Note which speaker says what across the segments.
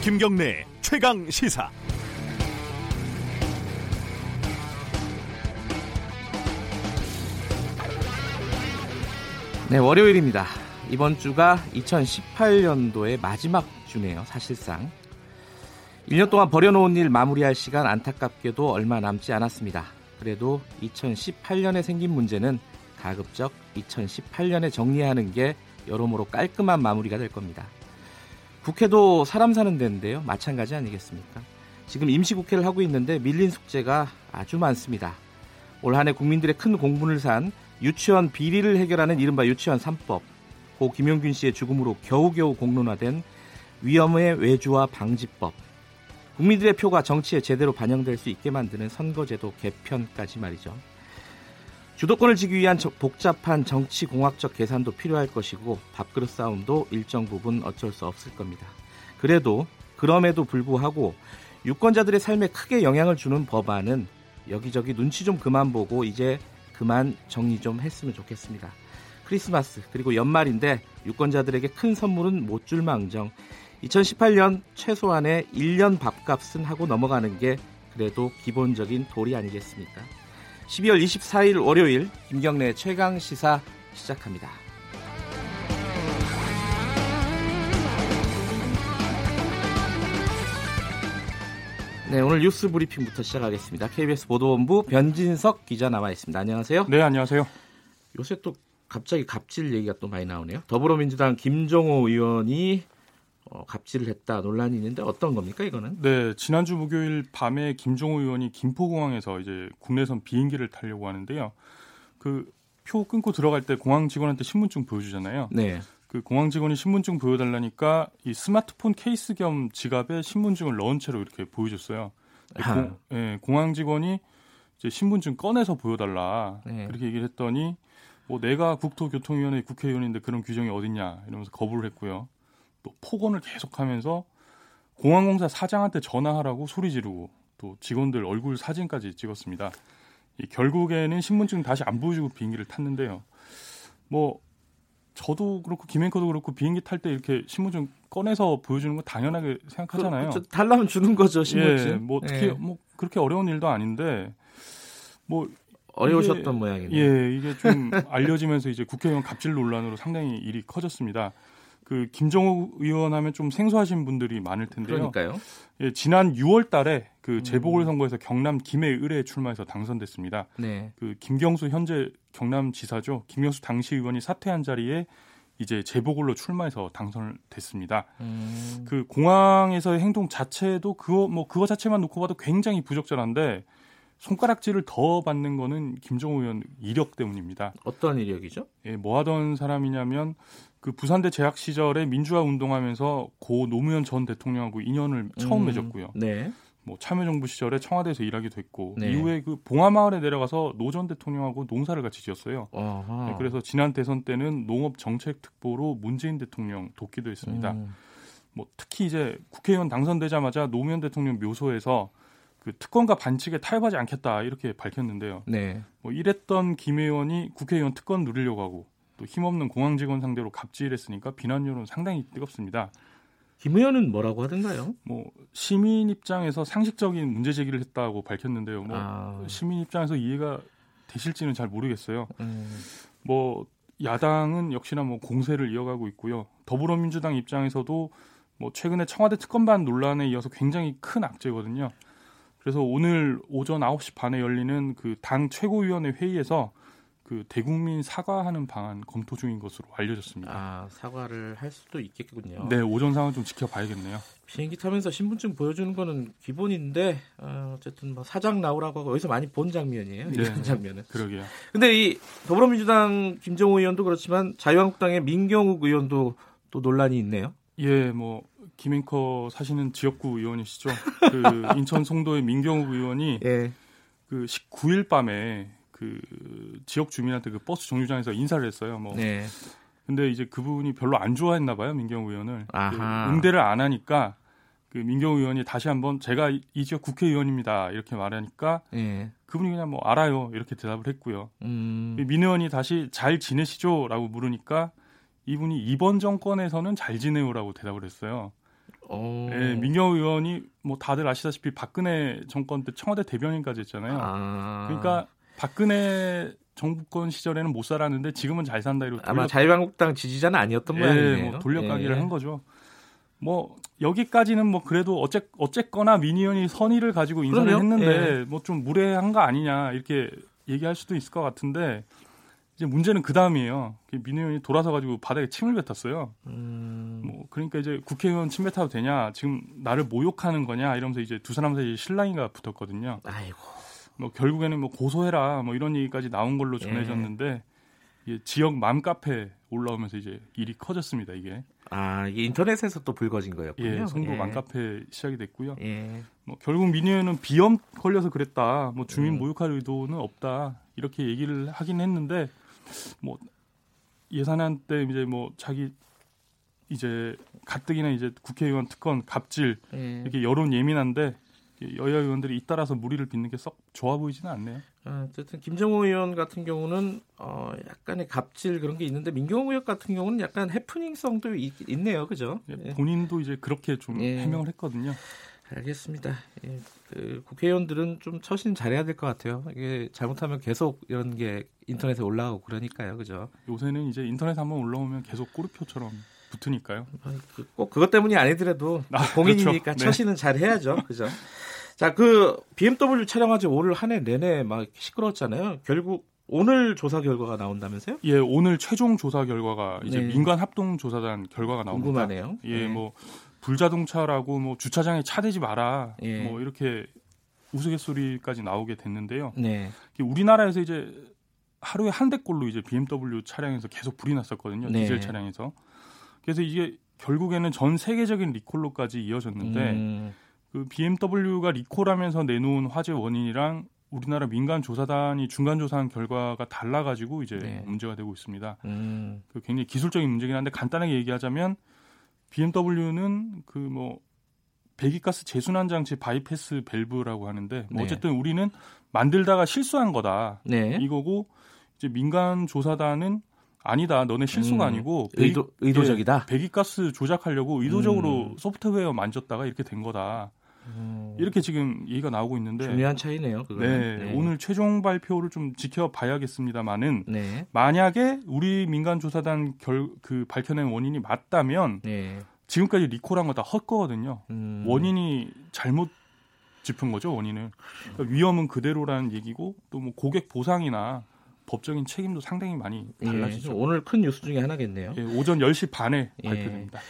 Speaker 1: 김경래 최강 시사.
Speaker 2: 네, 월요일입니다. 이번 주가 2018년도의 마지막 주네요, 사실상. 1년 동안 버려놓은 일 마무리할 시간 안타깝게도 얼마 남지 않았습니다. 그래도 2018년에 생긴 문제는 가급적 2018년에 정리하는 게 여러모로 깔끔한 마무리가 될 겁니다. 국회도 사람 사는 데인데요. 마찬가지 아니겠습니까? 지금 임시국회를 하고 있는데 밀린 숙제가 아주 많습니다. 올 한해 국민들의 큰 공분을 산 유치원 비리를 해결하는 이른바 유치원 3법, 고 김용균 씨의 죽음으로 겨우겨우 공론화된 위험의 외주화 방지법, 국민들의 표가 정치에 제대로 반영될 수 있게 만드는 선거제도 개편까지 말이죠. 주도권을 지기 위한 저- 복잡한 정치 공학적 계산도 필요할 것이고 밥그릇 싸움도 일정 부분 어쩔 수 없을 겁니다. 그래도 그럼에도 불구하고 유권자들의 삶에 크게 영향을 주는 법안은 여기저기 눈치 좀 그만 보고 이제 그만 정리 좀 했으면 좋겠습니다. 크리스마스 그리고 연말인데 유권자들에게 큰 선물은 못 줄망정 2018년 최소한의 1년 밥값은 하고 넘어가는 게 그래도 기본적인 도리 아니겠습니까? 12월 24일 월요일 김경래 최강 시사 시작합니다. 네, 오늘 뉴스 브리핑부터 시작하겠습니다. KBS 보도본부 변진석 기자 나와 있습니다. 안녕하세요.
Speaker 3: 네, 안녕하세요.
Speaker 2: 요새 또 갑자기 갑질 얘기가 또 많이 나오네요. 더불어민주당 김종호 의원이 어, 갑질을 했다 논란이 있는데 어떤 겁니까 이거는?
Speaker 3: 네, 지난주 목요일 밤에 김종호 의원이 김포공항에서 이제 국내선 비행기를 타려고 하는데요. 그 표 끊고 들어갈 때 공항 직원한테 신분증 보여주잖아요.
Speaker 2: 네.
Speaker 3: 그 공항 직원이 신분증 보여달라니까 이 스마트폰 케이스 겸 지갑에 신분증을 넣은 채로 이렇게 보여줬어요.
Speaker 2: 아.
Speaker 3: 공, 예, 공항 직원이 이제 신분증 꺼내서 보여달라
Speaker 2: 네.
Speaker 3: 그렇게 얘기를 했더니 뭐 내가 국토교통위원회 국회의원인데 그런 규정이 어딨냐 이러면서 거부를 했고요. 또 폭언을 계속하면서 공항공사 사장한테 전화하라고 소리 지르고 또 직원들 얼굴 사진까지 찍었습니다. 이 결국에는 신분증 다시 안 보여주고 비행기를 탔는데요. 뭐 저도 그렇고 김앵커도 그렇고 비행기 탈 때 이렇게 신분증 꺼내서 보여주는 거 당연하게 생각하잖아요.
Speaker 2: 그, 그, 달라면 주는 거죠 신분증.
Speaker 3: 예, 뭐 특히
Speaker 2: 예.
Speaker 3: 뭐 그렇게 어려운 일도 아닌데 뭐
Speaker 2: 어려우셨던
Speaker 3: 이게-
Speaker 2: 모양이네요.
Speaker 3: 예, 이게 좀 알려지면서 이제 국회의원 갑질 논란으로 상당히 일이 커졌습니다. 그 김정호 의원 하면 좀 생소하신 분들이 많을 텐데요.
Speaker 2: 그러니까요.
Speaker 3: 예, 지난 6월 달에 그 재보궐 선거에서 경남 김해 의뢰에 출마해서 당선됐습니다.
Speaker 2: 네.
Speaker 3: 그 김경수 현재 경남 지사죠. 김경수 당시 의원이 사퇴한 자리에 이제 재보궐로 출마해서 당선됐습니다.
Speaker 2: 음,
Speaker 3: 그 공항에서의 행동 자체도 그거 뭐 그거 자체만 놓고 봐도 굉장히 부적절한데 손가락질을 더 받는 거는 김정우 의원 이력 때문입니다.
Speaker 2: 어떤 이력이죠?
Speaker 3: 예, 뭐 하던 사람이냐면 그 부산대 재학 시절에 민주화 운동하면서 고 노무현 전 대통령하고 인연을 처음
Speaker 2: 음,
Speaker 3: 맺었고요.
Speaker 2: 네.
Speaker 3: 뭐 참여정부 시절에 청와대에서 일하기도 했고
Speaker 2: 네.
Speaker 3: 이후에 그 봉화마을에 내려가서 노 전 대통령하고 농사를 같이 지었어요.
Speaker 2: 어허.
Speaker 3: 예, 그래서 지난 대선 때는 농업 정책 특보로 문재인 대통령 돕기도 했습니다.
Speaker 2: 음,
Speaker 3: 뭐 특히 이제 국회의원 당선되자마자 노무현 대통령 묘소에서 그 특권과 반칙에 타협하지 않겠다 이렇게 밝혔는데요.
Speaker 2: 네.
Speaker 3: 뭐 이랬던 김 의원이 국회의원 특권 누리려고 하고 또 힘없는 공항 직원 상대로 갑질했으니까 비난 여론 상당히 뜨겁습니다.
Speaker 2: 김 의원은 뭐라고 하던가요?
Speaker 3: 뭐 시민 입장에서 상식적인 문제 제기를 했다고 밝혔는데요. 뭐
Speaker 2: 아,
Speaker 3: 시민 입장에서 이해가 되실지는 잘 모르겠어요.
Speaker 2: 음,
Speaker 3: 뭐 야당은 역시나 뭐 공세를 이어가고 있고요. 더불어민주당 입장에서도 뭐 최근에 청와대 특검반 논란에 이어서 굉장히 큰 악재거든요. 그래서 오늘 오전 9시 반에 열리는 그 당 최고위원회 회의에서 그 대국민 사과하는 방안 검토 중인 것으로 알려졌습니다.
Speaker 2: 아 사과를 할 수도 있겠군요.
Speaker 3: 네, 오전 상황 좀 지켜봐야겠네요.
Speaker 2: 비행기 타면서 신분증 보여주는 거는 기본인데 어, 어쨌든 뭐 사장 나오라고 하고 여기서 많이 본 장면이에요.
Speaker 3: 네.
Speaker 2: 이런 장면은.
Speaker 3: 그러게요.
Speaker 2: 근데 이 더불어민주당 김정우 의원도 그렇지만 자유한국당의 민경욱 의원도 또 논란이 있네요.
Speaker 3: 예, 뭐 김인커 사시는 지역구 의원이시죠? 그 인천 송도의 민경욱 의원이
Speaker 2: 예.
Speaker 3: 그 19일 밤에 그 지역 주민한테 그 버스 정류장에서 인사를 했어요. 뭐
Speaker 2: 네.
Speaker 3: 근데 이제 그분이 별로 안 좋아했나 봐요 민경 의원을
Speaker 2: 아하.
Speaker 3: 그 응대를 안 하니까 그 민경 의원이 다시 한번 제가 이- 이 지역 국회의원입니다 이렇게 말하니까
Speaker 2: 예.
Speaker 3: 그분이 그냥 뭐 알아요 이렇게 대답을 했고요.
Speaker 2: 음.
Speaker 3: 민 의원이 다시 잘 지내시죠라고 물으니까 이분이 이번 정권에서는 잘 지내요라고 대답을 했어요.
Speaker 2: 어.
Speaker 3: 예, 민경 의원이 뭐 다들 아시다시피 박근혜 정권 때 청와대 대변인까지 했잖아요.
Speaker 2: 아.
Speaker 3: 그러니까 박근혜 정부권 시절에는 못 살았는데 지금은 잘 산다 이러고
Speaker 2: 아마
Speaker 3: 돌려-
Speaker 2: 자유한국당 지지자는 아니었던
Speaker 3: 예,
Speaker 2: 모양이네요.
Speaker 3: 뭐 돌려가기를
Speaker 2: 예.
Speaker 3: 한 거죠. 뭐 여기까지는 뭐 그래도 어째 어쨌거나 민 의원이 선의를 가지고 인사를
Speaker 2: 그럼요. 예.
Speaker 3: 했는데 뭐 좀 무례한 거 아니냐 이렇게 얘기할 수도 있을 것 같은데 이제 문제는 그 다음이에요. 민 의원이 돌아서 가지고 바닥에 침을 뱉었어요.
Speaker 2: 음,
Speaker 3: 뭐 그러니까 이제 국회의원 침 뱉어도 되냐 지금 나를 모욕하는 거냐 이러면서 이제 두 사람 사이 신랑이가 붙었거든요.
Speaker 2: 아이고.
Speaker 3: 뭐 결국에는 뭐 고소해라 뭐 이런 얘기까지 나온
Speaker 2: 예.
Speaker 3: 걸로 전해졌는데 이게 지역 맘카페 올라오면서 이제 일이 커졌습니다 이게
Speaker 2: 아, 이게 인터넷에서 또 불거진 거였군요.
Speaker 3: 예 송도
Speaker 2: 예.
Speaker 3: 맘카페 시작이 됐고요
Speaker 2: 예.
Speaker 3: 뭐 결국 민의는 비염 걸려서 그랬다 뭐 주민
Speaker 2: 음.
Speaker 3: 모욕할 의도는 없다 이렇게 얘기를 하긴 했는데 뭐 예산안 때 이제 뭐 자기 이제 가뜩이나 이제 국회의원 특권 갑질
Speaker 2: 예.
Speaker 3: 이렇게 여론 예민한데 여야 의원들이 잇따라서 무리를 빚는 게 썩 좋아 보이지는 않네요.
Speaker 2: 아, 어쨌든 김정호 의원 같은 경우는 어, 약간의 갑질 그런 게 있는데 민경호 의원 같은 경우는 약간 해프닝성도 있, 있네요, 그죠?
Speaker 3: 예,
Speaker 2: 예.
Speaker 3: 본인도 이제 그렇게 좀
Speaker 2: 예.
Speaker 3: 해명을 했거든요.
Speaker 2: 알겠습니다. 예, 그 국회의원들은 좀 처신 잘해야 될 것 같아요. 이게 잘못하면 계속 이런 게 인터넷에 올라오고 그러니까요, 그죠?
Speaker 3: 요새는 이제 인터넷 한번 올라오면 계속 꼬르표처럼 붙으니까요.
Speaker 2: 아니, 그- 꼭 그것 때문이 아니더라도
Speaker 3: 아,
Speaker 2: 공인이니까
Speaker 3: 그렇죠. 네.
Speaker 2: 처신은 잘 해야죠, 그죠? 자, 그 BMW 촬영하지 올 한 해 내내 막 시끄러웠잖아요. 결국 오늘 조사 결과가 나온다면서요?
Speaker 3: 예, 오늘 최종 조사 결과가 이제
Speaker 2: 네.
Speaker 3: 민간 합동 조사단 결과가 나옵니다.
Speaker 2: 궁금하네요.
Speaker 3: 예,
Speaker 2: 네.
Speaker 3: 뭐 불자동차라고 뭐 주차장에 차 대지 마라.
Speaker 2: 예.
Speaker 3: 뭐 이렇게 우스갯소리까지 나오게 됐는데요.
Speaker 2: 네.
Speaker 3: 이게 우리나라에서 이제 하루에 한 대꼴로 이제 BMW 차량에서 계속 불이 났었거든요.
Speaker 2: 네.
Speaker 3: 디젤 차량에서. 그래서 이게 결국에는 전 세계적인 리콜로까지 이어졌는데
Speaker 2: 음.
Speaker 3: 그 BMW가 리콜하면서 내놓은 화재 원인이랑 우리나라 민간 조사단이 중간 조사한 결과가 달라가지고 이제
Speaker 2: 네.
Speaker 3: 문제가 되고 있습니다.
Speaker 2: 음.
Speaker 3: 그 굉장히 기술적인 문제긴 한데 간단하게 얘기하자면 BMW는 그 뭐 배기가스 재순환 장치 바이패스 밸브라고 하는데 뭐
Speaker 2: 네.
Speaker 3: 어쨌든 우리는 만들다가 실수한 거다
Speaker 2: 네.
Speaker 3: 이거고 이제 민간 조사단은 아니다 너네 실수가
Speaker 2: 음,
Speaker 3: 아니고 배기-
Speaker 2: 의도 의도적이다.
Speaker 3: 배기가스 조작하려고 의도적으로
Speaker 2: 음.
Speaker 3: 소프트웨어 만졌다가 이렇게 된 거다.
Speaker 2: 음,
Speaker 3: 이렇게 지금 얘기가 나오고 있는데
Speaker 2: 중요한 차이네요. 그거.
Speaker 3: 네, 오늘 최종 발표를 좀 지켜봐야겠습니다만은
Speaker 2: 네.
Speaker 3: 만약에 우리 민간 조사단 결 그 밝혀낸 원인이 맞다면
Speaker 2: 네.
Speaker 3: 지금까지 리콜한 거 다 헛거거든요.
Speaker 2: 음,
Speaker 3: 원인이 잘못 짚은 거죠 원인을 그러니까 위험은 그대로라는 얘기고 또 뭐 고객 보상이나 법적인 책임도 상당히 많이
Speaker 2: 예,
Speaker 3: 달라지죠.
Speaker 2: 오늘 큰 뉴스 중에 하나겠네요.
Speaker 3: 예, 오전 10시 반에
Speaker 2: 예.
Speaker 3: 발표됩니다.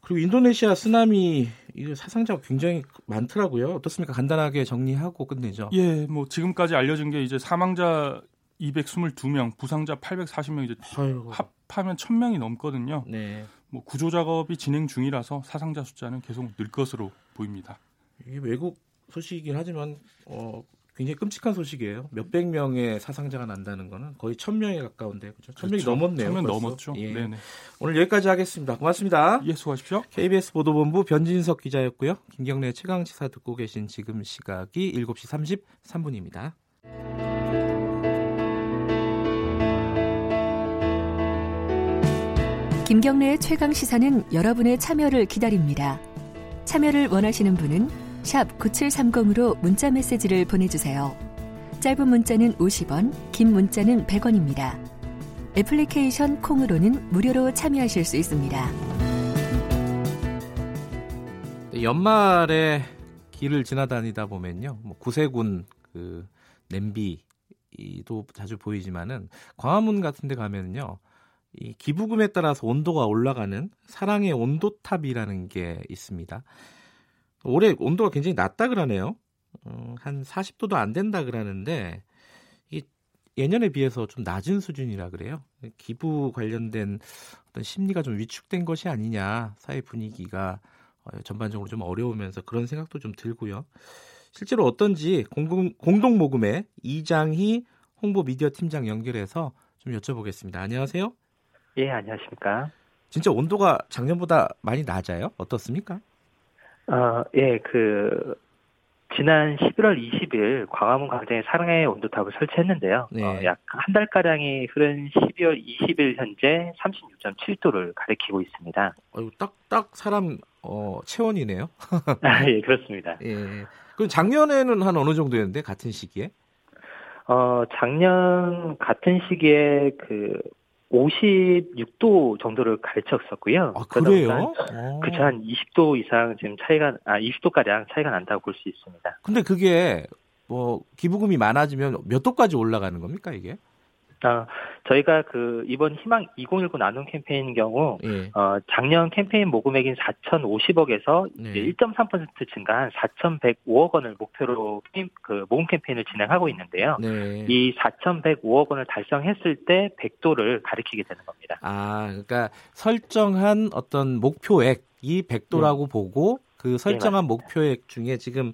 Speaker 2: 그리고 인도네시아 쓰나미 이거 사상자가 굉장히 많더라고요. 어떻습니까? 간단하게 정리하고 끝내죠.
Speaker 3: 예, 뭐 지금까지 알려진 게 이제 사망자 222명, 부상자 840명 이제
Speaker 2: 아이고.
Speaker 3: 합하면 1000명이 넘거든요.
Speaker 2: 네.
Speaker 3: 뭐 구조 작업이 진행 중이라서 사상자 숫자는 계속 늘 것으로 보입니다.
Speaker 2: 이게 외국 소식이긴 하지만 어, 굉장히 끔찍한 소식이에요. 몇백 명의 사상자가 난다는 거는 거의 천 명에 가까운데 그죠? 천 명이 넘었네요.
Speaker 3: 그렇죠? 1000명
Speaker 2: 벌써.
Speaker 3: 넘었죠.
Speaker 2: 예.
Speaker 3: 네네.
Speaker 2: 오늘 여기까지 하겠습니다. 고맙습니다.
Speaker 3: 예, 수고하십시오.
Speaker 2: KBS 보도본부 변진석 기자였고요. 김경래 최강 시사 듣고 계신 지금 시각이 7시 33분입니다.
Speaker 4: 김경래의 최강 시사는 여러분의 참여를 기다립니다. 참여를 원하시는 분은 샵 9730으로 문자 메시지를 보내주세요. 짧은 문자는 50원, 긴 문자는 100원입니다. 애플리케이션 콩으로는 무료로 참여하실 수 있습니다.
Speaker 2: 네, 연말에 길을 지나다니다 보면요, 뭐 구세군 그 냄비도 자주 보이지만은 광화문 같은데 가면요, 이 기부금에 따라서 온도가 올라가는 사랑의 온도탑이라는 게 있습니다. 올해 온도가 굉장히 낮다 그러네요. 어, 한 40도도 안 된다 그러는데 이 예년에 비해서 좀 낮은 수준이라 그래요. 기부 관련된 어떤 심리가 좀 위축된 것이 아니냐 사회 분위기가 어, 전반적으로 좀 어려우면서 그런 생각도 좀 들고요. 실제로 어떤지 공동 모금의 이장희 홍보 미디어 팀장 연결해서 좀 여쭤보겠습니다. 안녕하세요.
Speaker 5: 예, 안녕하십니까.
Speaker 2: 진짜 온도가 작년보다 많이 낮아요? 어떻습니까?
Speaker 5: 어, 예, 그, 지난 11월 20일 광화문 광장에 사랑의 온도탑을 설치했는데요. 어,
Speaker 2: 네.
Speaker 5: 약 한 달가량이 흐른 12월 20일 현재 36.7도를 가리키고 있습니다.
Speaker 2: 아이고 딱딱 사람 어, 체온이네요.
Speaker 5: 아, 예, 그렇습니다.
Speaker 2: 예. 그럼 작년에는 한 어느 정도였는데 같은 시기에?
Speaker 5: 어, 작년 같은 시기에 그 56도 정도를 가르쳤었고요.
Speaker 2: 아
Speaker 5: 그러다
Speaker 2: 그래요?
Speaker 5: 보니까
Speaker 2: 어.
Speaker 5: 그쵸, 한 20도 이상 지금 차이가, 아, 20도가량 차이가 난다고 볼 수 있습니다.
Speaker 2: 근데 그게 뭐 기부금이 많아지면 몇 도까지 올라가는 겁니까 이게?
Speaker 5: 아, 저희가 그 이번 희망 2019 나눔 캠페인 경우,
Speaker 2: 예.
Speaker 5: 어, 작년 캠페인 모금액인 4,050억에서
Speaker 2: 네.
Speaker 5: 1.3% 증가한 4,105억 원을 목표로 캠- 그 모금 캠페인을 진행하고 있는데요.
Speaker 2: 네.
Speaker 5: 이 4,105억 원을 달성했을 때 100도를 가리키게 되는 겁니다.
Speaker 2: 아 그러니까 설정한 어떤 목표액이 100도라고
Speaker 5: 네.
Speaker 2: 보고
Speaker 5: 예,
Speaker 2: 그 설정한 목표액 중에 지금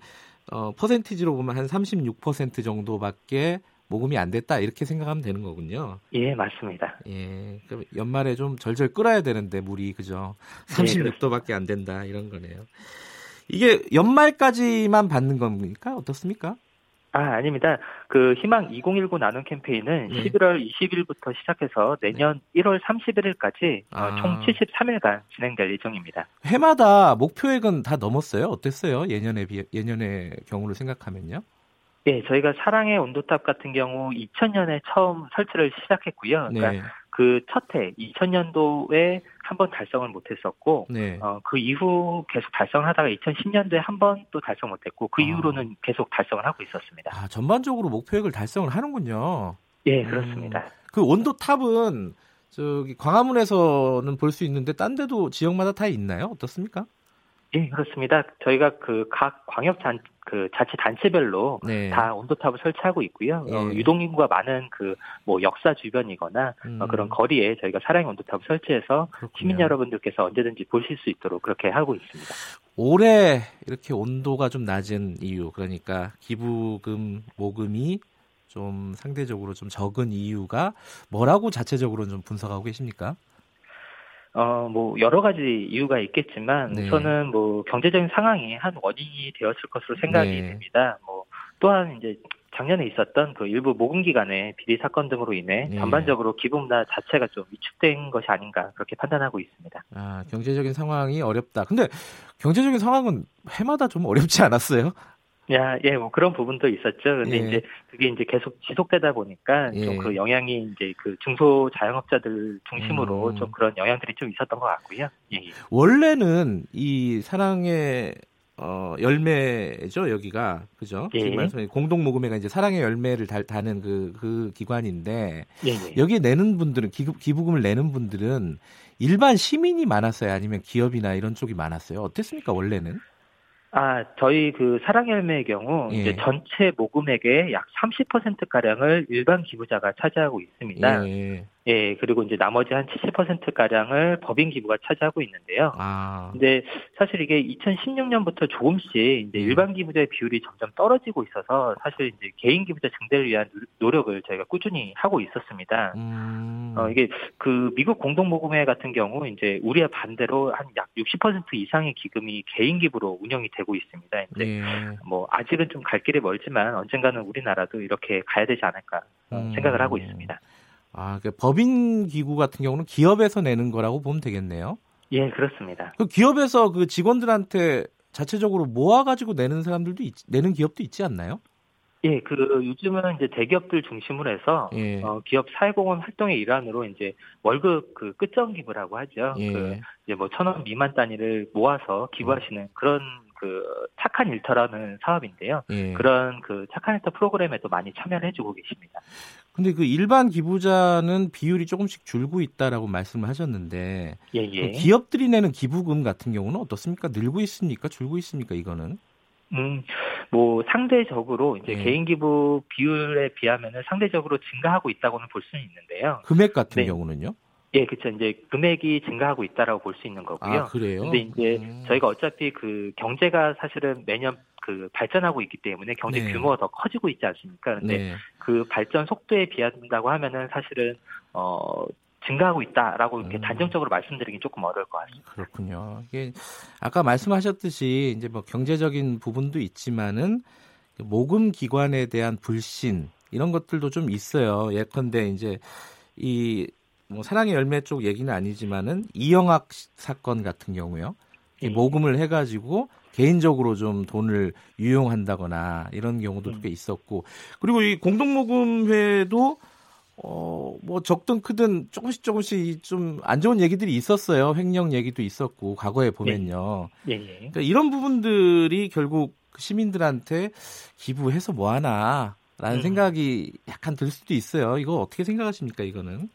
Speaker 2: 어, 퍼센티지로 보면 한 36% 정도밖에 모금이 안 됐다 이렇게 생각하면 되는 거군요.
Speaker 5: 예, 맞습니다.
Speaker 2: 예. 그럼 연말에 좀 절절 끓어야 되는데 물이 그죠?
Speaker 5: 네, 그렇습니다.
Speaker 2: 36도밖에 안 된다 이런 거네요. 이게 연말까지만 받는 겁니까? 어떻습니까?
Speaker 5: 아, 아닙니다. 그 희망 2019 나눔 캠페인은
Speaker 2: 네.
Speaker 5: 11월 20일부터 시작해서 내년 1월 31일까지 어,
Speaker 2: 아.
Speaker 5: 총 73일간 진행될 예정입니다.
Speaker 2: 해마다 목표액은 다 넘었어요. 어땠어요? 예년에 비해 예년의 경우를 생각하면요.
Speaker 5: 예, 저희가 사랑의 온도탑 같은 경우 2000년에 처음 설치를 시작했고요. 그러니까
Speaker 2: 네.
Speaker 5: 그 첫해 2000년도에 한 번 달성을 못했었고
Speaker 2: 네.
Speaker 5: 어, 그 이후 계속 달성을 하다가 2010년도에 한 번 또 달성 못했고 그
Speaker 2: 아.
Speaker 5: 이후로는 계속 달성을 하고 있었습니다.
Speaker 2: 아, 전반적으로 목표액을 달성을 하는군요.
Speaker 5: 예,
Speaker 2: 음.
Speaker 5: 그렇습니다.
Speaker 2: 그 온도 탑은 저기 광화문에서는 볼 수 있는데 딴 데도 지역마다 다 있나요? 어떻습니까?
Speaker 5: 예, 그렇습니다. 저희가 그 각 광역단 그 자치 단체별로
Speaker 2: 네.
Speaker 5: 다 온도탑을 설치하고 있고요. 어,
Speaker 2: 예.
Speaker 5: 유동 인구가 많은 그 뭐 역사 주변이거나
Speaker 2: 음,
Speaker 5: 어, 그런 거리에 저희가 사랑의 온도탑을 설치해서
Speaker 2: 그렇군요.
Speaker 5: 시민 여러분들께서 언제든지 보실 수 있도록 그렇게 하고 있습니다.
Speaker 2: 올해 이렇게 온도가 좀 낮은 이유, 그러니까 기부금 모금이 좀 상대적으로 좀 적은 이유가 뭐라고 자체적으로는 좀 분석하고 계십니까?
Speaker 5: 어, 뭐, 여러 가지 이유가 있겠지만,
Speaker 2: 네.
Speaker 5: 우선은 뭐, 경제적인 상황이 한 원인이 되었을 것으로 생각이
Speaker 2: 네.
Speaker 5: 됩니다. 뭐, 또한 이제 작년에 있었던 그 일부 모금 기간의 비리 사건 등으로 인해
Speaker 2: 네.
Speaker 5: 전반적으로 기부 문화 자체가 좀 위축된 것이 아닌가 그렇게 판단하고 있습니다.
Speaker 2: 아, 경제적인 상황이 어렵다. 근데 경제적인 상황은 해마다 좀 어렵지 않았어요?
Speaker 5: 야, 예, 뭐 그런 부분도 있었죠. 근데
Speaker 2: 예.
Speaker 5: 이제 그게 이제 계속 지속되다 보니까
Speaker 2: 예.
Speaker 5: 좀 그 영향이 이제 그 중소 자영업자들 중심으로
Speaker 2: 음.
Speaker 5: 좀 그런 영향들이 좀 있었던 것 같고요. 예, 예.
Speaker 2: 원래는 이 사랑의 어, 열매죠 여기가 그죠?
Speaker 5: 예.
Speaker 2: 지금 말씀하신 공동 모금회가 이제 사랑의 열매를 달, 다는 그, 그 기관인데
Speaker 5: 예, 예.
Speaker 2: 여기 내는 분들은 기부, 기부금을 내는 분들은 일반 시민이 많았어요 아니면 기업이나 이런 쪽이 많았어요 어땠습니까 원래는
Speaker 5: 아, 저희 그 사랑열매의 경우
Speaker 2: 예.
Speaker 5: 이제 전체 모금액의 약 30% 가량을 일반 기부자가 차지하고 있습니다. 예.
Speaker 2: 예.
Speaker 5: 그리고 이제 나머지 한 70% 가량을 법인 기부가 차지하고 있는데요.
Speaker 2: 아
Speaker 5: 근데 사실 이게 2016년부터 조금씩 이제
Speaker 2: 예.
Speaker 5: 일반 기부자의 비율이 점점 떨어지고 있어서 사실 이제 개인 기부자 증대를 위한 노- 노력을 저희가 꾸준히 하고 있었습니다.
Speaker 2: 음,
Speaker 5: 어, 이게 그 미국 공동모금회 같은 경우 이제 우리의 반대로 한 약 60% 이상의 기금이 개인 기부로 운영이 되고 있습니다. 이제
Speaker 2: 예.
Speaker 5: 뭐 아직은 좀 갈 길이 멀지만 언젠가는 우리나라도 이렇게 가야 되지 않을까 어,
Speaker 2: 음.
Speaker 5: 생각을 하고 있습니다.
Speaker 2: 아, 그 법인 기구 같은 경우는 기업에서 내는 거라고 보면 되겠네요.
Speaker 5: 예, 그렇습니다.
Speaker 2: 그 기업에서 그 직원들한테 자체적으로 모아가지고 내는 사람들도 있- 내는 기업도 있지 않나요?
Speaker 5: 예, 그 요즘은 이제 대기업들 중심으로 해서
Speaker 2: 예.
Speaker 5: 어, 기업 사회공헌 활동의 일환으로 이제 월급 그 끝점 기부라고 하죠.
Speaker 2: 예.
Speaker 5: 그 이제 뭐 천 원 미만 단위를 모아서 기부하시는
Speaker 2: 음.
Speaker 5: 그런 그 착한 일터라는 사업인데요.
Speaker 2: 예.
Speaker 5: 그런 그 착한 일터 프로그램에도 많이 참여를 해주고 계십니다.
Speaker 2: 근데 그 일반 기부자는 비율이 조금씩 줄고 있다라고 말씀을 하셨는데
Speaker 5: 예,
Speaker 2: 그
Speaker 5: 예.
Speaker 2: 기업들이 내는 기부금 같은 경우는 어떻습니까? 늘고 있습니까? 줄고 있습니까? 이거는
Speaker 5: 음, 뭐 상대적으로 이제
Speaker 2: 네.
Speaker 5: 개인 기부 비율에 비하면은 상대적으로 증가하고 있다고는 볼 수는 있는데요.
Speaker 2: 금액 같은
Speaker 5: 네.
Speaker 2: 경우는요?
Speaker 5: 예, 그렇죠. 이제 금액이 증가하고 있다라고 볼 수 있는 거고요.
Speaker 2: 아 그래요?
Speaker 5: 근데 이제
Speaker 2: 음.
Speaker 5: 저희가 어차피 그 경제가 사실은 매년 그 발전하고 있기 때문에 경제
Speaker 2: 네.
Speaker 5: 규모가 더 커지고 있지 않습니까? 근데
Speaker 2: 네.
Speaker 5: 그 발전 속도에 비한다고 하면은 사실은 어 증가하고 있다라고 이렇게
Speaker 2: 음.
Speaker 5: 단정적으로 말씀드리긴 조금 어려울 것 같습니다.
Speaker 2: 그렇군요. 이게 아까 말씀하셨듯이 이제 뭐 경제적인 부분도 있지만은 모금 기관에 대한 불신 이런 것들도 좀 있어요. 예컨대 이제 이 뭐 사랑의 열매 쪽 얘기는 아니지만은 이영학 시- 사건 같은 경우요. 이 모금을 해가지고 개인적으로 좀 돈을 유용한다거나 이런 경우도 꽤 있었고 그리고 이 공동모금회도 어 뭐 적든 크든 조금씩 조금씩 좀 안 좋은 얘기들이 있었어요 횡령 얘기도 있었고 과거에 보면요
Speaker 5: 예, 예.
Speaker 2: 그러니까 이런 부분들이 결국 그 시민들한테 기부해서 뭐 하나 라는
Speaker 5: 음.
Speaker 2: 생각이 약간 들 수도 있어요. 이거 어떻게 생각하십니까? 이거는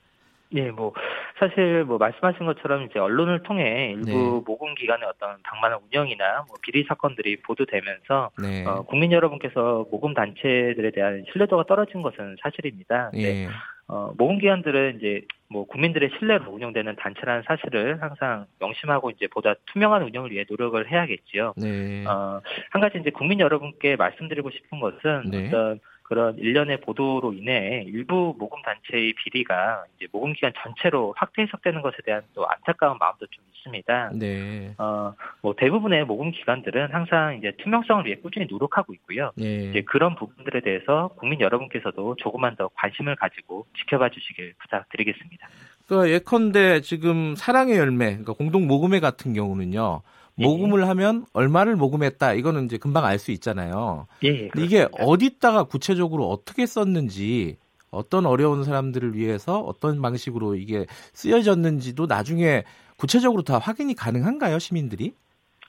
Speaker 5: 예, 뭐 사실 뭐 말씀하신 것처럼 이제 언론을 통해 일부
Speaker 2: 네.
Speaker 5: 모금 기관의 어떤 당만한 운영이나 뭐 비리 사건들이 보도되면서
Speaker 2: 네,
Speaker 5: 어, 국민 여러분께서 모금 단체들에 대한 신뢰도가 떨어진 것은 사실입니다. 네.
Speaker 2: 예,
Speaker 5: 어, 모금 기관들은 이제 뭐 국민들의 신뢰로 운영되는 단체라는 사실을 항상 명심하고 이제 보다 투명한 운영을 위해 노력을 해야겠지요.
Speaker 2: 네,
Speaker 5: 어, 한 가지 이제 국민 여러분께 말씀드리고 싶은 것은
Speaker 2: 네.
Speaker 5: 어떤 그런 일련의 보도로 인해 일부 모금 단체의 비리가 이제 모금 기관 전체로 확대 해석되는 것에 대한 또 안타까운 마음도 좀 있습니다.
Speaker 2: 네,
Speaker 5: 어, 뭐 대부분의 모금 기관들은 항상 이제 투명성을 위해 꾸준히 노력하고 있고요. 이제
Speaker 2: 네.
Speaker 5: 그런 부분들에 대해서 국민 여러분께서도 조금만 더 관심을 가지고 지켜봐 주시길 부탁드리겠습니다.
Speaker 2: 그러니까 예컨대 지금 사랑의 열매, 그러니까 공동 모금회 같은 경우는요.
Speaker 5: 예.
Speaker 2: 모금을 하면 얼마를 모금했다 이거는 이제 금방 알 수 있잖아요.
Speaker 5: 예, 예,
Speaker 2: 근데 이게
Speaker 5: 그렇습니다.
Speaker 2: 어디다가 구체적으로 어떻게 썼는지 어떤 어려운 사람들을 위해서 어떤 방식으로 이게 쓰여졌는지도 나중에 구체적으로 다 확인이 가능한가요, 시민들이?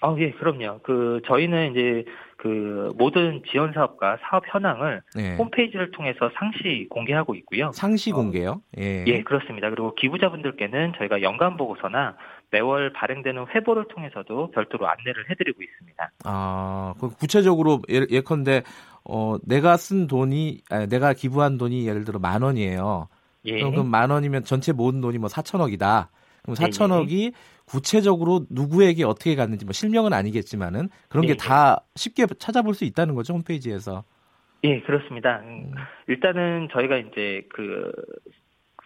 Speaker 5: 아, 예, 그럼요. 그 저희는 이제 그 모든 지원 사업과 사업 현황을
Speaker 2: 네.
Speaker 5: 홈페이지를 통해서 상시 공개하고 있고요.
Speaker 2: 상시
Speaker 5: 어,
Speaker 2: 공개요. 예.
Speaker 5: 예, 그렇습니다. 그리고 기부자분들께는 저희가 연간 보고서나 매월 발행되는 회보를 통해서도 별도로 안내를 해드리고 있습니다.
Speaker 2: 아, 그럼 구체적으로 예- 예컨대 어 내가 쓴 돈이 아, 내가 기부한 돈이 예를 들어 만 원이에요.
Speaker 5: 예,
Speaker 2: 어, 그럼, 그럼 만 원이면 전체 모은 돈이 뭐 4천억이다. 그럼
Speaker 5: 예,
Speaker 2: 4천억이 구체적으로 누구에게 어떻게 갔는지 뭐 실명은 아니겠지만은 그런
Speaker 5: 예,
Speaker 2: 게 다 쉽게 찾아볼 수 있다는 거죠 홈페이지에서.
Speaker 5: 예, 그렇습니다. 음, 일단은 저희가 이제 그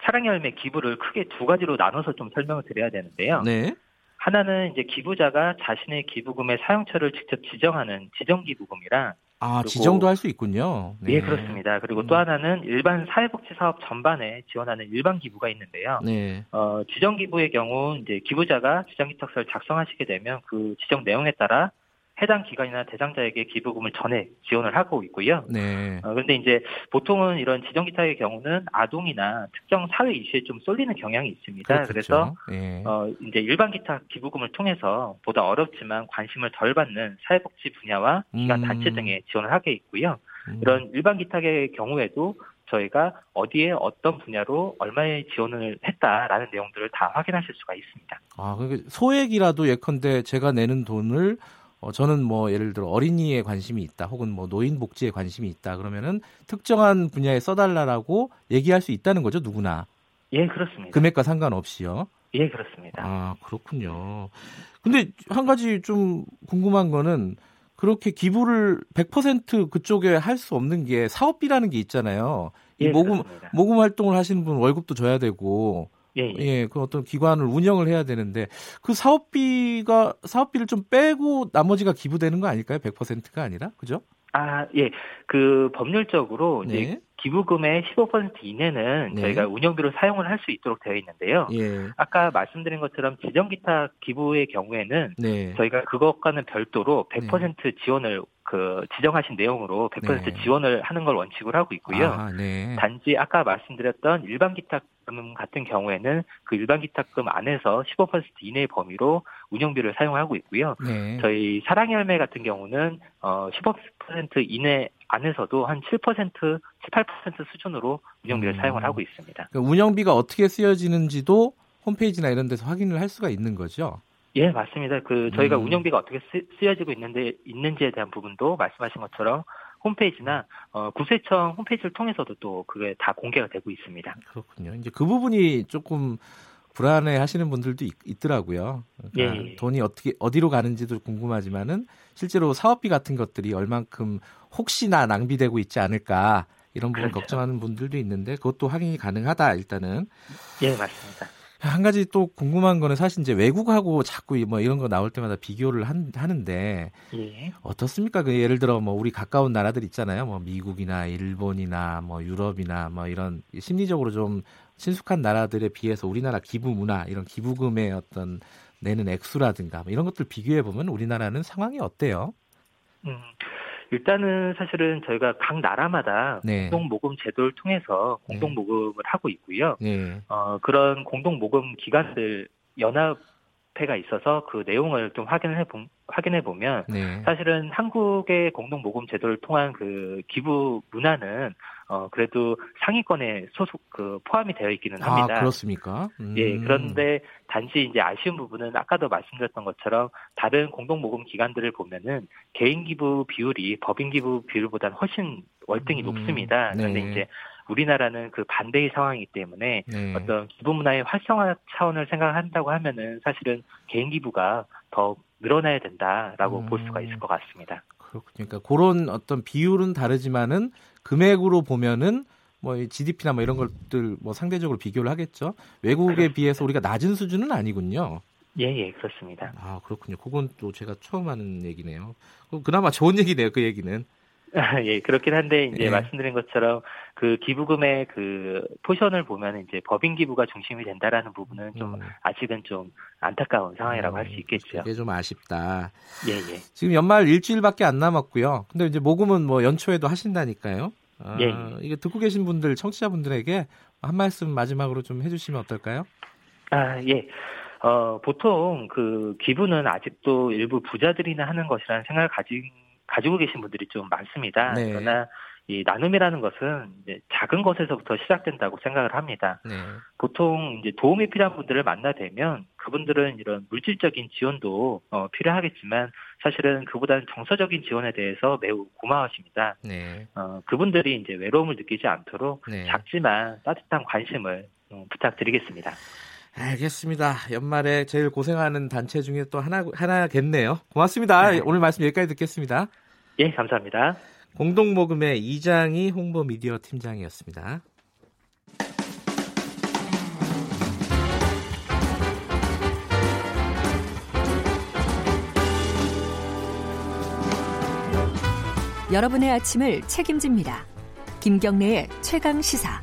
Speaker 5: 사랑의 열매 기부를 크게 두 가지로 나눠서 좀 설명을 드려야 되는데요.
Speaker 2: 네.
Speaker 5: 하나는 이제 기부자가 자신의 기부금의 사용처를 직접 지정하는 지정기부금이랑
Speaker 2: 아
Speaker 5: 그리고-
Speaker 2: 지정도 할 수 있군요. 네.
Speaker 5: 예, 그렇습니다. 그리고 또
Speaker 2: 음.
Speaker 5: 하나는 일반 사회복지 사업 전반에 지원하는 일반 기부가 있는데요.
Speaker 2: 네.
Speaker 5: 어, 지정 기부의 경우 이제 기부자가 지정 기탁서를 작성하시게 되면 그 지정 내용에 따라 해당 기관이나 대상자에게 기부금을 전액 지원을 하고 있고요.
Speaker 2: 네.
Speaker 5: 어, 그런데 이제 보통은 이런 지정 기탁의 경우는 아동이나 특정 사회 이슈에 좀 쏠리는 경향이 있습니다.
Speaker 2: 그렇겠죠.
Speaker 5: 래서
Speaker 2: 예.
Speaker 5: 어, 이제 일반 기탁 기부금을 통해서 보다 어렵지만 관심을 덜 받는 사회복지 분야와 기관
Speaker 2: 음.
Speaker 5: 단체 등에 지원을 하게 있고요.
Speaker 2: 음.
Speaker 5: 이런 일반 기탁의 경우에도 저희가 어디에 어떤 분야로 얼마의 지원을 했다라는 내용들을 다 확인하실 수가 있습니다.
Speaker 2: 아, 그러니까 소액이라도 예컨대 제가 내는 돈을 어, 저는 뭐 예를 들어 어린이에 관심이 있다 혹은 뭐 노인 복지에 관심이 있다 그러면은 특정한 분야에 써달라라고 얘기할 수 있다는 거죠 누구나
Speaker 5: 예, 그렇습니다.
Speaker 2: 금액과 상관없이요.
Speaker 5: 예, 그렇습니다.
Speaker 2: 아 그렇군요. 근데 한 가지 좀 궁금한 거는 그렇게 기부를 100% 그쪽에 할 수 없는 게 사업비라는 게 있잖아요. 이
Speaker 5: 예,
Speaker 2: 모금
Speaker 5: 그렇습니다.
Speaker 2: 모금 활동을 하시는 분 월급도 줘야 되고
Speaker 5: 예, 예.
Speaker 2: 예, 그 어떤 기관을 운영을 해야 되는데 그 사업비가 사업비를 좀 빼고 나머지가 기부되는 거 아닐까요? 100%가 아니라. 그죠?
Speaker 5: 아, 예. 그 법률적으로 이제
Speaker 2: 네.
Speaker 5: 기부금의 15% 이내는
Speaker 2: 네.
Speaker 5: 저희가 운영비로 사용을 할 수 있도록 되어 있는데요.
Speaker 2: 예.
Speaker 5: 아까 말씀드린 것처럼 지정 기탁 기부의 경우에는
Speaker 2: 네.
Speaker 5: 저희가 그것과는 별도로 100% 지원을 그 지정하신 내용으로 100%
Speaker 2: 네.
Speaker 5: 지원을 하는 걸 원칙으로 하고 있고요.
Speaker 2: 아, 네.
Speaker 5: 단지 아까 말씀드렸던 일반 기탁금 같은 경우에는 그 일반 기탁금 안에서 15% 이내의 범위로 운영비를 사용하고 있고요.
Speaker 2: 네.
Speaker 5: 저희 사랑의 열매 같은 경우는 어, 15% 이내 안에서도 한 7%, 18% 수준으로 운영비를
Speaker 2: 음.
Speaker 5: 사용을 하고 있습니다.
Speaker 2: 그 운영비가 어떻게 쓰여지는지도 홈페이지나 이런 데서 확인을 할 수가 있는 거죠.
Speaker 5: 예, 맞습니다. 그 저희가
Speaker 2: 음.
Speaker 5: 운영비가 어떻게 쓰, 쓰여지고 있는데 있는지에 대한 부분도 말씀하신 것처럼 홈페이지나 어, 구세청 홈페이지를 통해서도 또 그게 다 공개가 되고 있습니다.
Speaker 2: 그렇군요. 이제 그 부분이 조금 불안해 하시는 분들도 있, 더라고요 그러니까
Speaker 5: 예.
Speaker 2: 돈이 어떻게 어디로 가는지도 궁금하지만은 실제로 사업비 같은 것들이 얼만큼 혹시나 낭비되고 있지 않을까 이런 부분
Speaker 5: 그렇죠.
Speaker 2: 걱정하는 분들도 있는데 그것도 확인이 가능하다 일단은
Speaker 5: 예, 맞습니다.
Speaker 2: 한 가지 또 궁금한 거는 사실 이제 외국하고 자꾸 이뭐 이런 거 나올 때마다 비교를 한- 하는데
Speaker 5: 예.
Speaker 2: 어떻습니까? 그 예를 들어 뭐 우리 가까운 나라들 있잖아요. 뭐 미국이나 일본이나 뭐 유럽이나 뭐 이런 심리적으로 좀 친숙한 나라들에 비해서 우리나라 기부 문화 이런 기부금의 어떤 내는 액수라든가 뭐 이런 것들 비교해 보면 우리나라는 상황이 어때요?
Speaker 5: 음, 일단은 사실은 저희가 각 나라마다
Speaker 2: 네.
Speaker 5: 공동 모금 제도를 통해서
Speaker 2: 네.
Speaker 5: 공동 모금을 하고 있고요.
Speaker 2: 네.
Speaker 5: 어, 그런 공동 모금 기관들 연합회가 있어서 그 내용을 좀 확인해 보, 확인해 보면
Speaker 2: 네.
Speaker 5: 사실은 한국의 공동 모금 제도를 통한 그 기부 문화는 어 그래도 상위권에 소속 그 포함이 되어 있기는
Speaker 2: 아,
Speaker 5: 합니다.
Speaker 2: 그렇습니까? 음.
Speaker 5: 예, 그런데 단지 이제 아쉬운 부분은 아까도 말씀드렸던 것처럼 다른 공동 모금 기관들을 보면은 개인 기부 비율이 법인 기부 비율보다는 훨씬 월등히
Speaker 2: 음,
Speaker 5: 높습니다. 그런데
Speaker 2: 네.
Speaker 5: 이제 우리나라는 그 반대의 상황이기 때문에
Speaker 2: 네.
Speaker 5: 어떤 기부 문화의 활성화 차원을 생각한다고 하면은 사실은 개인 기부가 더 늘어나야 된다라고
Speaker 2: 음.
Speaker 5: 볼 수가 있을 것 같습니다.
Speaker 2: 그렇군요. 그러니까 그런 어떤 비율은 다르지만은 금액으로 보면은 뭐이 GDP나 뭐 이런 것들 뭐 상대적으로 비교를 하겠죠. 외국에
Speaker 5: 그렇습니다.
Speaker 2: 비해서 우리가 낮은 수준은 아니군요.
Speaker 5: 예, 예, 그렇습니다.
Speaker 2: 아 그렇군요. 그건 또 제가 처음 하는 얘기네요. 그럼 그나마 좋은 얘기네요. 그 얘기는.
Speaker 5: 예, 그렇긴 한데 이제
Speaker 2: 예.
Speaker 5: 말씀드린 것처럼 그 기부금의 그 포션을 보면 이제 법인 기부가 중심이 된다라는 부분은 좀
Speaker 2: 음.
Speaker 5: 아직은 좀 안타까운 상황이라고 할 수
Speaker 2: 음,
Speaker 5: 있겠죠.
Speaker 2: 그게 좀 아쉽다.
Speaker 5: 예, 예.
Speaker 2: 지금 연말 일주일밖에 안 남았고요. 근데 이제 모금은 뭐 연초에도 하신다니까요. 아,
Speaker 5: 예.
Speaker 2: 이거 듣고 계신 분들, 청취자분들에게 한 말씀 마지막으로 좀 해주시면 어떨까요?
Speaker 5: 아, 예. 어, 보통 그 기부는 아직도 일부 부자들이나 하는 것이라는 생각을 가지, 가지고 계신 분들이 좀 많습니다.
Speaker 2: 네.
Speaker 5: 그러나 이 나눔이라는 것은 이제 작은 것에서부터 시작된다고 생각을 합니다.
Speaker 2: 네.
Speaker 5: 보통 이제 도움이 필요한 분들을 만나 뵈면 그분들은 이런 물질적인 지원도 어, 필요하겠지만 사실은 그보다는 정서적인 지원에 대해서 매우 고마워하십니다.
Speaker 2: 네.
Speaker 5: 어, 그분들이 이제 외로움을 느끼지 않도록
Speaker 2: 네.
Speaker 5: 작지만 따뜻한 관심을 음, 부탁드리겠습니다.
Speaker 2: 알겠습니다. 연말에 제일 고생하는 단체 중에 또 하나, 하나겠네요. 고맙습니다.
Speaker 5: 네.
Speaker 2: 오늘 말씀 여기까지 듣겠습니다.
Speaker 5: 예, 감사합니다.
Speaker 2: 공동모금의 이장희 홍보 미디어 팀장이었습니다.
Speaker 4: 여러분의 아침을 책임집니다. 김경래의 최강 시사.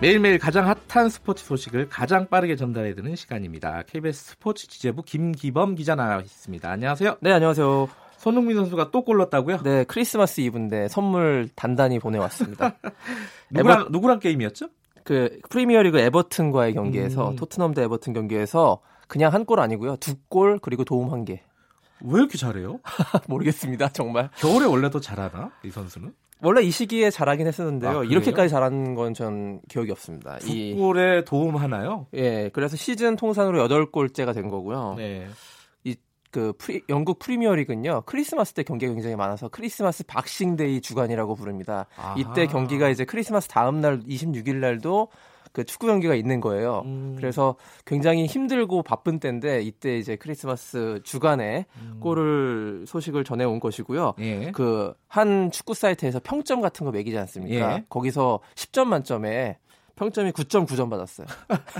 Speaker 2: 매일매일 가장 핫한 스포츠 소식을 가장 빠르게 전달해드리는 시간입니다. KBS 스포츠 지재부 김기범 기자 나와 있습니다. 안녕하세요.
Speaker 6: 네, 안녕하세요.
Speaker 2: 손흥민 선수가 또 골랐다고요?
Speaker 6: 네, 크리스마스 이브인데 선물 단단히 보내왔습니다.
Speaker 2: 누구랑 누구랑 게임이었죠?
Speaker 6: 그 프리미어리그 에버튼과의 경기에서
Speaker 2: 음.
Speaker 6: 토트넘 대 에버튼 경기에서 그냥 한 골 아니고요. 두 골 그리고 도움 한 개.
Speaker 2: 왜 이렇게 잘해요?
Speaker 6: 모르겠습니다, 정말.
Speaker 2: 겨울에 원래 더 잘하나? 이 선수는?
Speaker 6: 원래 이 시기에 잘하긴
Speaker 2: 아,
Speaker 6: 했었는데요.
Speaker 2: 그래요?
Speaker 6: 이렇게까지 잘하는 건 전 기억이 없습니다.
Speaker 2: 두
Speaker 6: 이
Speaker 2: 골에 도움 하나요?
Speaker 6: 예, 그래서 시즌 통산으로 8골째가 된 거고요.
Speaker 2: 네.
Speaker 6: 그 프리- 영국 프리미어리그는요. 크리스마스 때 경기가 굉장히 많아서 크리스마스 박싱데이 주간이라고 부릅니다.
Speaker 2: 아하.
Speaker 6: 이때 경기가 이제 크리스마스 다음 날 26일 날도 그 축구 경기가 있는 거예요.
Speaker 2: 음.
Speaker 6: 그래서 굉장히 힘들고 바쁜 때인데 이때 이제 크리스마스 주간에
Speaker 2: 음.
Speaker 6: 골을 소식을 전해온 것이고요.
Speaker 2: 예.
Speaker 6: 그 한 축구 사이트에서 평점 같은 거 매기지 않습니까?
Speaker 2: 예.
Speaker 6: 거기서 10점 만점에 평점이 9.9점 받았어요.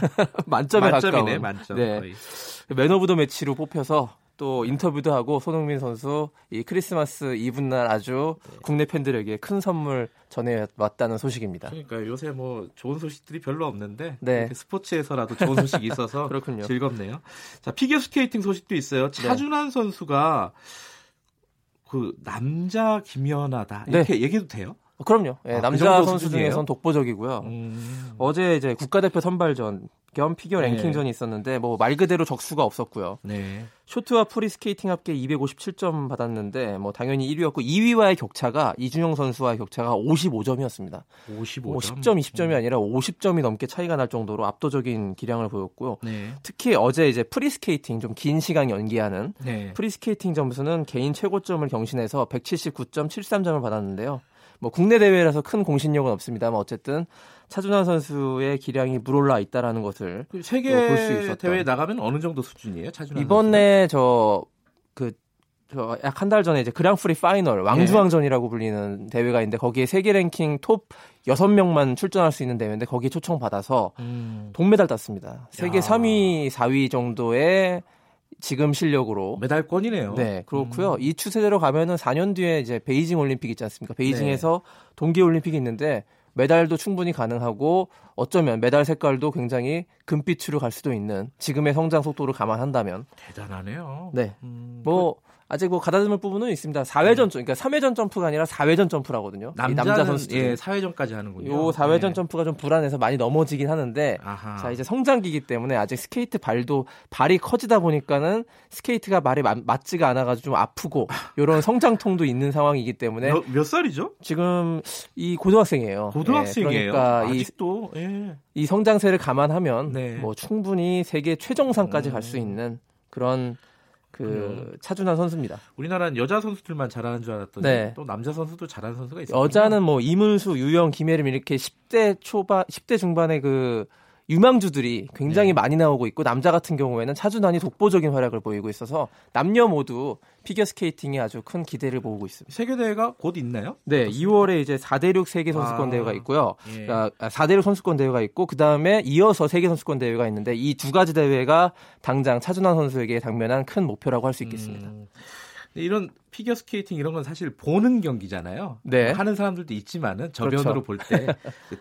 Speaker 6: 만점에
Speaker 2: 만점이네,
Speaker 6: 가까운.
Speaker 2: 만점.
Speaker 6: 네.
Speaker 2: 거의.
Speaker 6: 맨 오브 더 매치로 뽑혀서 또 인터뷰도 하고 손흥민 선수 이 크리스마스 이브날 아주
Speaker 2: 네.
Speaker 6: 국내 팬들에게 큰 선물 전해왔다는 소식입니다.
Speaker 2: 그러니까 요새 뭐 좋은 소식들이 별로 없는데
Speaker 6: 네.
Speaker 2: 이렇게 스포츠에서라도 좋은 소식이 있어서
Speaker 6: 그렇군요. 네.
Speaker 2: 즐겁네요. 자 피겨 스케이팅 소식도 있어요. 차준환 선수가 그 남자 김연아다
Speaker 6: 네.
Speaker 2: 이렇게 얘기해도 돼요?
Speaker 6: 어, 그럼요. 예,
Speaker 2: 아, 그
Speaker 6: 남자
Speaker 2: 정도
Speaker 6: 선수
Speaker 2: 수준이에요?
Speaker 6: 중에선 독보적이고요.
Speaker 2: 음.
Speaker 6: 어제 이제 국가대표 선발전 겸 피겨
Speaker 2: 네.
Speaker 6: 랭킹전이 있었는데 뭐 말 그대로 적수가 없었고요.
Speaker 2: 네.
Speaker 6: 쇼트와 프리스케이팅 합계 257점 받았는데 뭐 당연히 1위였고 2위와의 격차가 이준영 선수와의 격차가 55점이었습니다.
Speaker 2: 55점. 음.
Speaker 6: 뭐 10점, 20점이 아니라 50점이 넘게 차이가 날 정도로 압도적인 기량을 보였고요.
Speaker 2: 네.
Speaker 6: 특히 어제 이제 프리스케이팅 좀 긴 시간 연기하는
Speaker 2: 네.
Speaker 6: 프리스케이팅 점수는 개인 최고점을 경신해서 179.73점을 받았는데요. 뭐 국내 대회라서 큰 공신력은 없습니다만 어쨌든 차준환 선수의 기량이 물올라 있다라는 것을
Speaker 2: 그
Speaker 6: 어, 볼수
Speaker 2: 세계
Speaker 6: 있었던.
Speaker 2: 대회 나가면 어느 정도 수준이에요? 차준환
Speaker 6: 이번에 저 그 저 약 한 달 전에 이제 그랑프리 파이널 왕주왕전이라고 불리는 대회가 있는데 거기에 세계 랭킹 톱 6명만 출전할 수 있는 대회인데 거기에 초청받아서
Speaker 2: 선수? 음,
Speaker 6: 동메달 땄습니다. 세계
Speaker 2: 야.
Speaker 6: 3위, 4위 정도의 지금 실력으로
Speaker 2: 메달권이네요. 음.
Speaker 6: 네, 그렇고요. 이
Speaker 2: 네.
Speaker 6: 추세대로 가면은 4년 뒤에 이제 베이징 올림픽 있지 않습니까? 베이징에서 동계 올림픽이 있는데 메달도 충분히 가능하고 어쩌면 메달 색깔도 굉장히 금빛으로 갈 수도 있는 지금의 성장 속도를 감안한다면
Speaker 2: 대단하네요.
Speaker 6: 네.
Speaker 2: 음,
Speaker 6: 뭐 아직 뭐 가다듬을 부분은 있습니다. 4회전 점 그러니까 3회전 점프가 아니라 4회전 점프라거든요. 이
Speaker 2: 남자는
Speaker 6: 남자 선수들.
Speaker 2: 예,
Speaker 6: 이
Speaker 2: 사회전까지 하는군요.
Speaker 6: 요 4회전
Speaker 2: 네.
Speaker 6: 점프가 좀 불안해서 많이 넘어지긴 하는데
Speaker 2: 아하.
Speaker 6: 자 이제 성장기이기 때문에 아직 스케이트 발도 발이 커지다 보니까는 스케이트가 발이 마- 맞지가 않아가지고 좀 아프고 이런 성장통도 있는 상황이기 때문에
Speaker 2: 몇, 몇 살이죠?
Speaker 6: 지금 이 고등학생이에요.
Speaker 2: 고등학생이에요.
Speaker 6: 예, 그러니까 이,
Speaker 2: 아직도 예.
Speaker 6: 이 성장세를 감안하면
Speaker 2: 네.
Speaker 6: 뭐 충분히 세계 최정상까지 갈 수
Speaker 2: 음.
Speaker 6: 있는 그런 그 차준환 선수입니다.
Speaker 2: 우리나라는 여자 선수들만 잘하는 줄 알았더니
Speaker 6: 네.
Speaker 2: 또 남자 선수도 잘하는 선수가 있어요.
Speaker 6: 여자는 뭐 이문수, 유영, 김혜림 이렇게 10대 초반, 10대 중반의 그 유망주들이 굉장히
Speaker 2: 네.
Speaker 6: 많이 나오고 있고 남자 같은 경우에는 차준환이 독보적인 활약을 보이고 있어서 남녀 모두 피겨 스케이팅에 아주 큰 기대를 모으고 있습니다.
Speaker 2: 세계 대회가 곧 있나요?
Speaker 6: 네, 2월에 이제 4대륙 세계 선수권
Speaker 2: 아.
Speaker 6: 대회가 있고요.
Speaker 2: 예.
Speaker 6: 아, 4대륙 선수권 대회가 있고 그 다음에 이어서 세계 선수권 대회가 있는데 이 두 가지 대회가 당장 차준환 선수에게 당면한 큰 목표라고 할 수 있겠습니다.
Speaker 2: 음. 근데 이런 피겨 스케이팅 이런 건 사실 보는 경기잖아요.
Speaker 6: 네.
Speaker 2: 하는 사람들도 있지만은
Speaker 6: 그렇죠.
Speaker 2: 저변으로 볼 때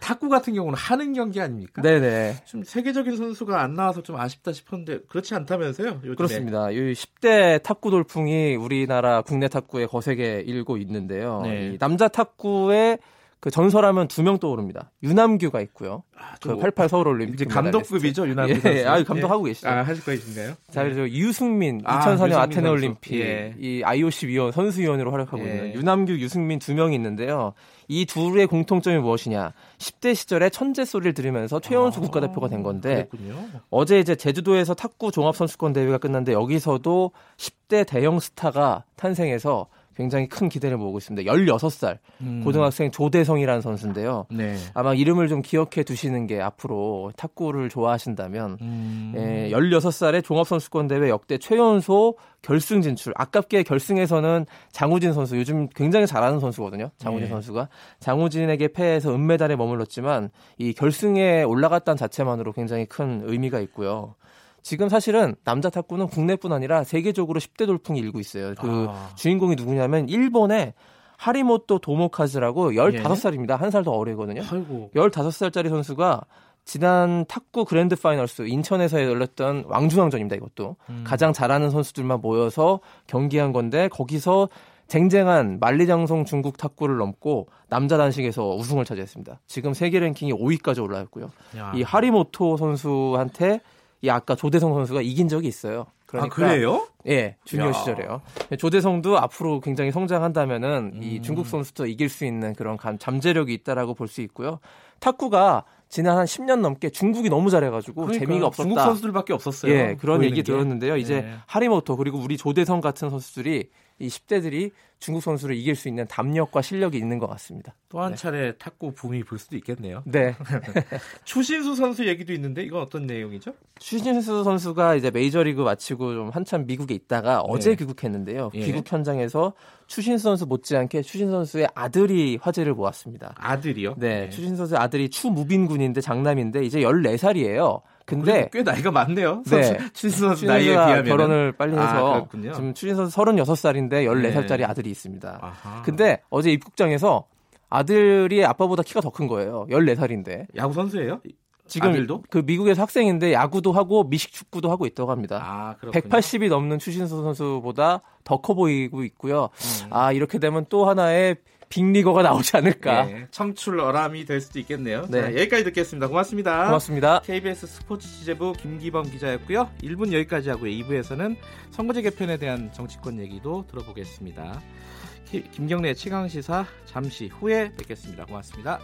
Speaker 2: 탁구 같은 경우는 하는 경기 아닙니까?
Speaker 6: 네네.
Speaker 2: 좀 세계적인 선수가 안 나와서 좀 아쉽다 싶었는데 그렇지 않다면서요? 요즘에.
Speaker 6: 그렇습니다.
Speaker 2: 네.
Speaker 6: 이 10대 탁구 돌풍이 우리나라 국내 탁구에 거세게 일고 있는데요.
Speaker 2: 네.
Speaker 6: 이 남자 탁구의 그 전설하면 두 명 떠오릅니다. 유남규가 있고요.
Speaker 2: 아, 좀
Speaker 6: 그 88 서울 올림픽
Speaker 2: 이제
Speaker 6: 금메달리스트.
Speaker 2: 감독급이죠 그 유나미
Speaker 6: 예,
Speaker 2: 선수.
Speaker 6: 예, 아, 감독하고 계시죠.
Speaker 2: 아, 하실 거이신가요?
Speaker 6: 자, 그리고 유승민
Speaker 2: 아,
Speaker 6: 2004년
Speaker 2: 유승민
Speaker 6: 아테네
Speaker 2: 선수.
Speaker 6: 올림픽
Speaker 2: 예.
Speaker 6: 이 IOC 위원 선수 위원으로 활약하고
Speaker 2: 예.
Speaker 6: 있는 유남규, 유승민 두 명이 있는데요. 이 둘의 공통점이 무엇이냐? 10대 시절에 천재 소리를 들으면서 최연소 국가대표가 된
Speaker 2: 아,
Speaker 6: 건데
Speaker 2: 어, 그랬군요.
Speaker 6: 어제 이제 제주도에서 탁구 종합 선수권 대회가 끝났는데 여기서도 10대 대형 스타가 탄생해서 굉장히 큰 기대를 모으고 있습니다. 16살
Speaker 2: 음.
Speaker 6: 고등학생 조대성이라는 선수인데요.
Speaker 2: 네.
Speaker 6: 아마 이름을 좀 기억해 두시는 게 앞으로 탁구를 좋아하신다면
Speaker 2: 음.
Speaker 6: 예, 16살의 종합선수권대회 역대 최연소 결승 진출. 아깝게 결승에서는 장우진 선수, 요즘 굉장히 잘하는 선수거든요. 장우진
Speaker 2: 예.
Speaker 6: 선수가. 장우진에게 패해서 은메달에 머물렀지만 이 결승에 올라갔다는 자체만으로 굉장히 큰 의미가 있고요. 지금 사실은 남자 탁구는 국내뿐 아니라 세계적으로 10대 돌풍이 일고 있어요. 그
Speaker 2: 아.
Speaker 6: 주인공이 누구냐면 일본의 하리모토 도모카즈라고
Speaker 2: 예.
Speaker 6: 15살입니다. 한 살 더 어리거든요.
Speaker 2: 아이고.
Speaker 6: 15살짜리 선수가 지난 탁구 그랜드 파이널스 인천에서 열렸던 왕중왕전입니다. 이것도
Speaker 2: 음.
Speaker 6: 가장 잘하는 선수들만 모여서 경기한 건데 거기서 쟁쟁한 만리장성 중국 탁구를 넘고 남자 단식에서 우승을 차지했습니다. 지금 세계 랭킹이 5위까지 올라왔고요.
Speaker 2: 야. 아,
Speaker 6: 이 하리모토 선수한테 이 아까 조대성 선수가 이긴 적이 있어요. 그러니까
Speaker 2: 아 그래요?
Speaker 6: 예, 주니어
Speaker 2: 야.
Speaker 6: 시절에요. 네, 조대성도 앞으로 굉장히 성장한다면은
Speaker 2: 음.
Speaker 6: 이 중국 선수도 이길 수 있는 그런 감- 잠재력이 있다라고 볼 수 있고요. 탁구가 지난 한 10년 넘게 중국이 너무 잘해가지고
Speaker 2: 그러니까
Speaker 6: 재미가 없었다.
Speaker 2: 중국 선수들밖에 없었어요.
Speaker 6: 예, 그런
Speaker 2: 보이는
Speaker 6: 얘기
Speaker 2: 게.
Speaker 6: 들었는데요. 이제
Speaker 2: 네.
Speaker 6: 하리모토 그리고 우리 조대성 같은 선수들이 이 10대들이 중국 선수를 이길 수 있는 담력과 실력이 있는 것 같습니다.
Speaker 2: 또 한
Speaker 6: 네.
Speaker 2: 차례 탁구 붐이 불 수도 있겠네요.
Speaker 6: 네.
Speaker 2: 추신수 선수 얘기도 있는데 이건 어떤 내용이죠?
Speaker 6: 추신수 선수가 이제 메이저리그 마치고 좀 한참 미국에 있다가 어제 귀국했는데요.
Speaker 2: 예.
Speaker 6: 귀국 현장에서 추신수 선수 못지않게 추신수 선수의 아들이 화제를 모았습니다.
Speaker 2: 아들이요?
Speaker 6: 네, 추신수 선수의 아들이 추무빈 군인데 장남인데 이제 14살이에요.
Speaker 2: 그래도
Speaker 6: 근데
Speaker 2: 꽤 나이가 많네요.
Speaker 6: 네.
Speaker 2: 선수- 추신수 선수
Speaker 6: 추신수
Speaker 2: 그러니까 나이에
Speaker 6: 선수가
Speaker 2: 비하면
Speaker 6: 결혼을 빨리
Speaker 2: 아,
Speaker 6: 해서
Speaker 2: 그렇군요.
Speaker 6: 지금 추신수 선수 36살인데 14살짜리
Speaker 2: 네.
Speaker 6: 아들이 있습니다.
Speaker 2: 아하.
Speaker 6: 근데 어제 입국장에서 아들이 아빠보다 키가 더 큰 거예요. 14살인데.
Speaker 2: 야구 선수예요?
Speaker 6: 지금
Speaker 2: 아들도?
Speaker 6: 그 미국에서 학생인데 야구도 하고 미식축구도 하고 있다고 합니다.
Speaker 2: 아 그렇군요.
Speaker 6: 180이 넘는 추신수 선수보다 더 커 보이고 있고요.
Speaker 2: 음.
Speaker 6: 아 이렇게 되면 또 하나의 빅리거가 나오지 않을까.
Speaker 2: 예, 청출 어람이 될 수도 있겠네요.
Speaker 6: 네.
Speaker 2: 자, 여기까지 듣겠습니다. 고맙습니다.
Speaker 6: 고맙습니다.
Speaker 2: KBS 스포츠 취재부 김기범 기자였고요. 1분 여기까지 하고요. 2부에서는 선거제 개편에 대한 정치권 얘기도 들어보겠습니다. 키- 김경래 최강시사 잠시 후에 뵙겠습니다. 고맙습니다.